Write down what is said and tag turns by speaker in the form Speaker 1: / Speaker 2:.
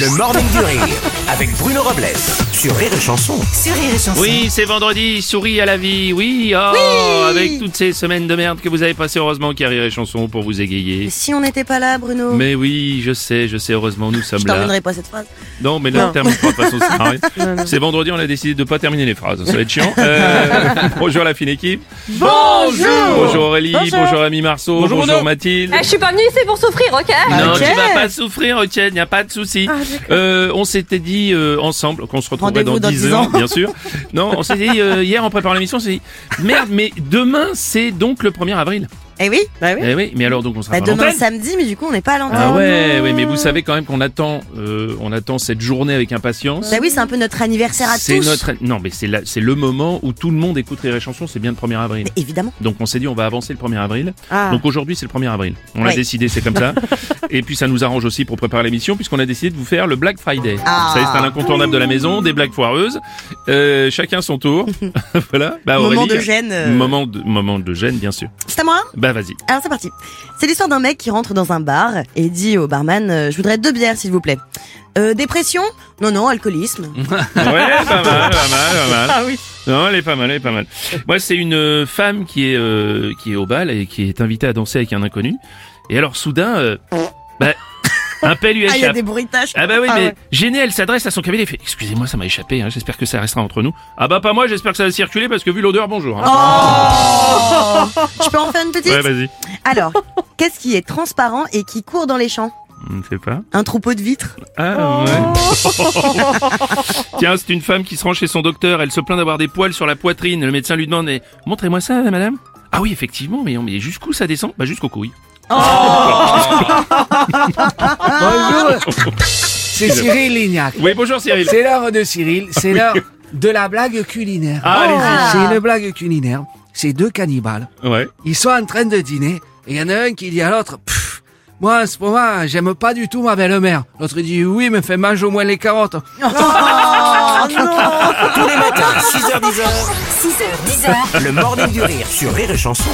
Speaker 1: Le Morning du Rire, avec Bruno Robles, sur Rire et Chanson.
Speaker 2: Sur Rire et Chanson.
Speaker 3: Oui, c'est vendredi, souris à la vie, oui, oh, avec toutes ces semaines de merde que vous avez passées, heureusement qu'il y a Rire et Chanson pour vous égayer.
Speaker 2: Si on n'était pas là, Bruno,
Speaker 3: Mais oui, je sais, je sais, heureusement nous sommes
Speaker 2: je
Speaker 3: là.
Speaker 2: terminerais pas cette phrase.
Speaker 3: Non, mais là,
Speaker 2: Non.
Speaker 3: on termine pas, de toute façon, ça sert à rien. C'est vendredi, on a décidé de pas terminer les phrases, ça va être chiant. Euh, bonjour à la fine équipe. Bonjour Bonjour Aurélie, bonjour, Ami Marceau, bonjour, Mathilde.
Speaker 4: Ah, je suis pas venue ici pour souffrir, ok
Speaker 3: Non,
Speaker 2: Ah, Ok. Ah,
Speaker 3: tu vas pas souffrir, ok, il n'y a pas de souci. Euh, on s'était dit euh, ensemble qu'on se retrouverait dans
Speaker 2: Rendez-vous
Speaker 3: 10,
Speaker 2: dans 10
Speaker 3: ans,
Speaker 2: ans.
Speaker 3: bien sûr. Non, on s'est dit euh, hier en préparant l'émission, on s'est dit merde, mais demain c'est donc le 1er avril.
Speaker 2: Eh oui, bah oui.
Speaker 3: Eh oui, mais alors donc on sera
Speaker 2: Bah,
Speaker 3: pas à
Speaker 2: demain
Speaker 3: l'antenne.
Speaker 2: samedi, mais du coup on n'est pas à l'antenne.
Speaker 3: Ah ouais, ouais, mais vous savez quand même qu'on attend, euh, on attend cette journée avec impatience.
Speaker 2: Bah oui, c'est un peu notre anniversaire à
Speaker 3: C'est
Speaker 2: tous.
Speaker 3: notre, non mais c'est la- c'est le moment où tout le monde écoute les chansons, c'est bien le 1er avril.
Speaker 2: Mais évidemment.
Speaker 3: Donc on s'est dit on va avancer le 1er avril.
Speaker 2: Ah.
Speaker 3: Donc aujourd'hui c'est le 1er avril. On l'a
Speaker 2: Ouais.
Speaker 3: décidé, c'est comme ça. Et puis ça nous arrange aussi pour préparer l'émission puisqu'on a décidé de vous faire le Black Friday.
Speaker 2: Ah.
Speaker 3: Vous savez, c'est un incontournable de la maison, des blagues foireuses, Euh, chacun son tour. voilà. Bah,
Speaker 2: Moment
Speaker 3: Aurélie,
Speaker 2: de gêne, euh.
Speaker 3: Moment de moment de gêne bien sûr.
Speaker 2: C'est à moi
Speaker 3: Bah vas-y.
Speaker 2: Alors c'est parti. C'est l'histoire d'un mec qui rentre dans un bar et dit au barman euh, Je voudrais deux bières, s'il vous plaît. Euh, dépression Non, non, alcoolisme.
Speaker 3: Ouais, pas mal, pas mal, pas mal. Ah oui. Non, elle est pas mal, elle est pas mal. Moi, c'est une euh, femme qui est euh, qui est au bal et qui est invitée à danser avec un inconnu. Et alors soudain, euh, bah, un pet lui
Speaker 2: ah, il y a
Speaker 3: échappe.
Speaker 2: des bruitages.
Speaker 3: Ah bah oui,
Speaker 2: Ah
Speaker 3: mais
Speaker 2: ouais.
Speaker 3: gênée, elle s'adresse à son cavalier et fait Excusez-moi, ça m'a échappé, hein, j'espère que ça restera entre nous. Ah bah pas moi, j'espère que ça va circuler parce que vu l'odeur, bonjour. hein.
Speaker 2: Je peux en faire une petite
Speaker 3: ouais, vas-y.
Speaker 2: Alors, qu'est-ce qui est transparent et qui court dans les champs
Speaker 3: Je ne sais pas.
Speaker 2: Un troupeau de vitres
Speaker 3: Ah
Speaker 2: Oh.
Speaker 3: ouais. Tiens, c'est une femme qui se rend chez son docteur. Elle se plaint d'avoir des poils sur la poitrine. Le médecin lui demande Mais montrez-moi ça, madame. Ah oui, effectivement, mais, mais jusqu'où ça descend Bah jusqu'aux couilles. Ah.
Speaker 5: Bonjour, c'est Cyril Lignac.
Speaker 3: Oui, bonjour Cyril.
Speaker 5: C'est l'heure de Cyril, c'est l'heure de la blague culinaire.
Speaker 3: Ah, allez-y.
Speaker 5: C'est une blague culinaire, c'est deux cannibales.
Speaker 3: Ouais.
Speaker 5: Ils sont en train de dîner et il y en a un qui dit à l'autre Pff, Moi en ce moment, j'aime pas du tout ma belle-mère. L'autre il dit Oui, mais fais mange au moins les carottes.
Speaker 2: Oh non
Speaker 1: Tous les matins, 6h10,
Speaker 4: 6h, 10h.
Speaker 1: le Morning du Rire sur Rire et Chanson.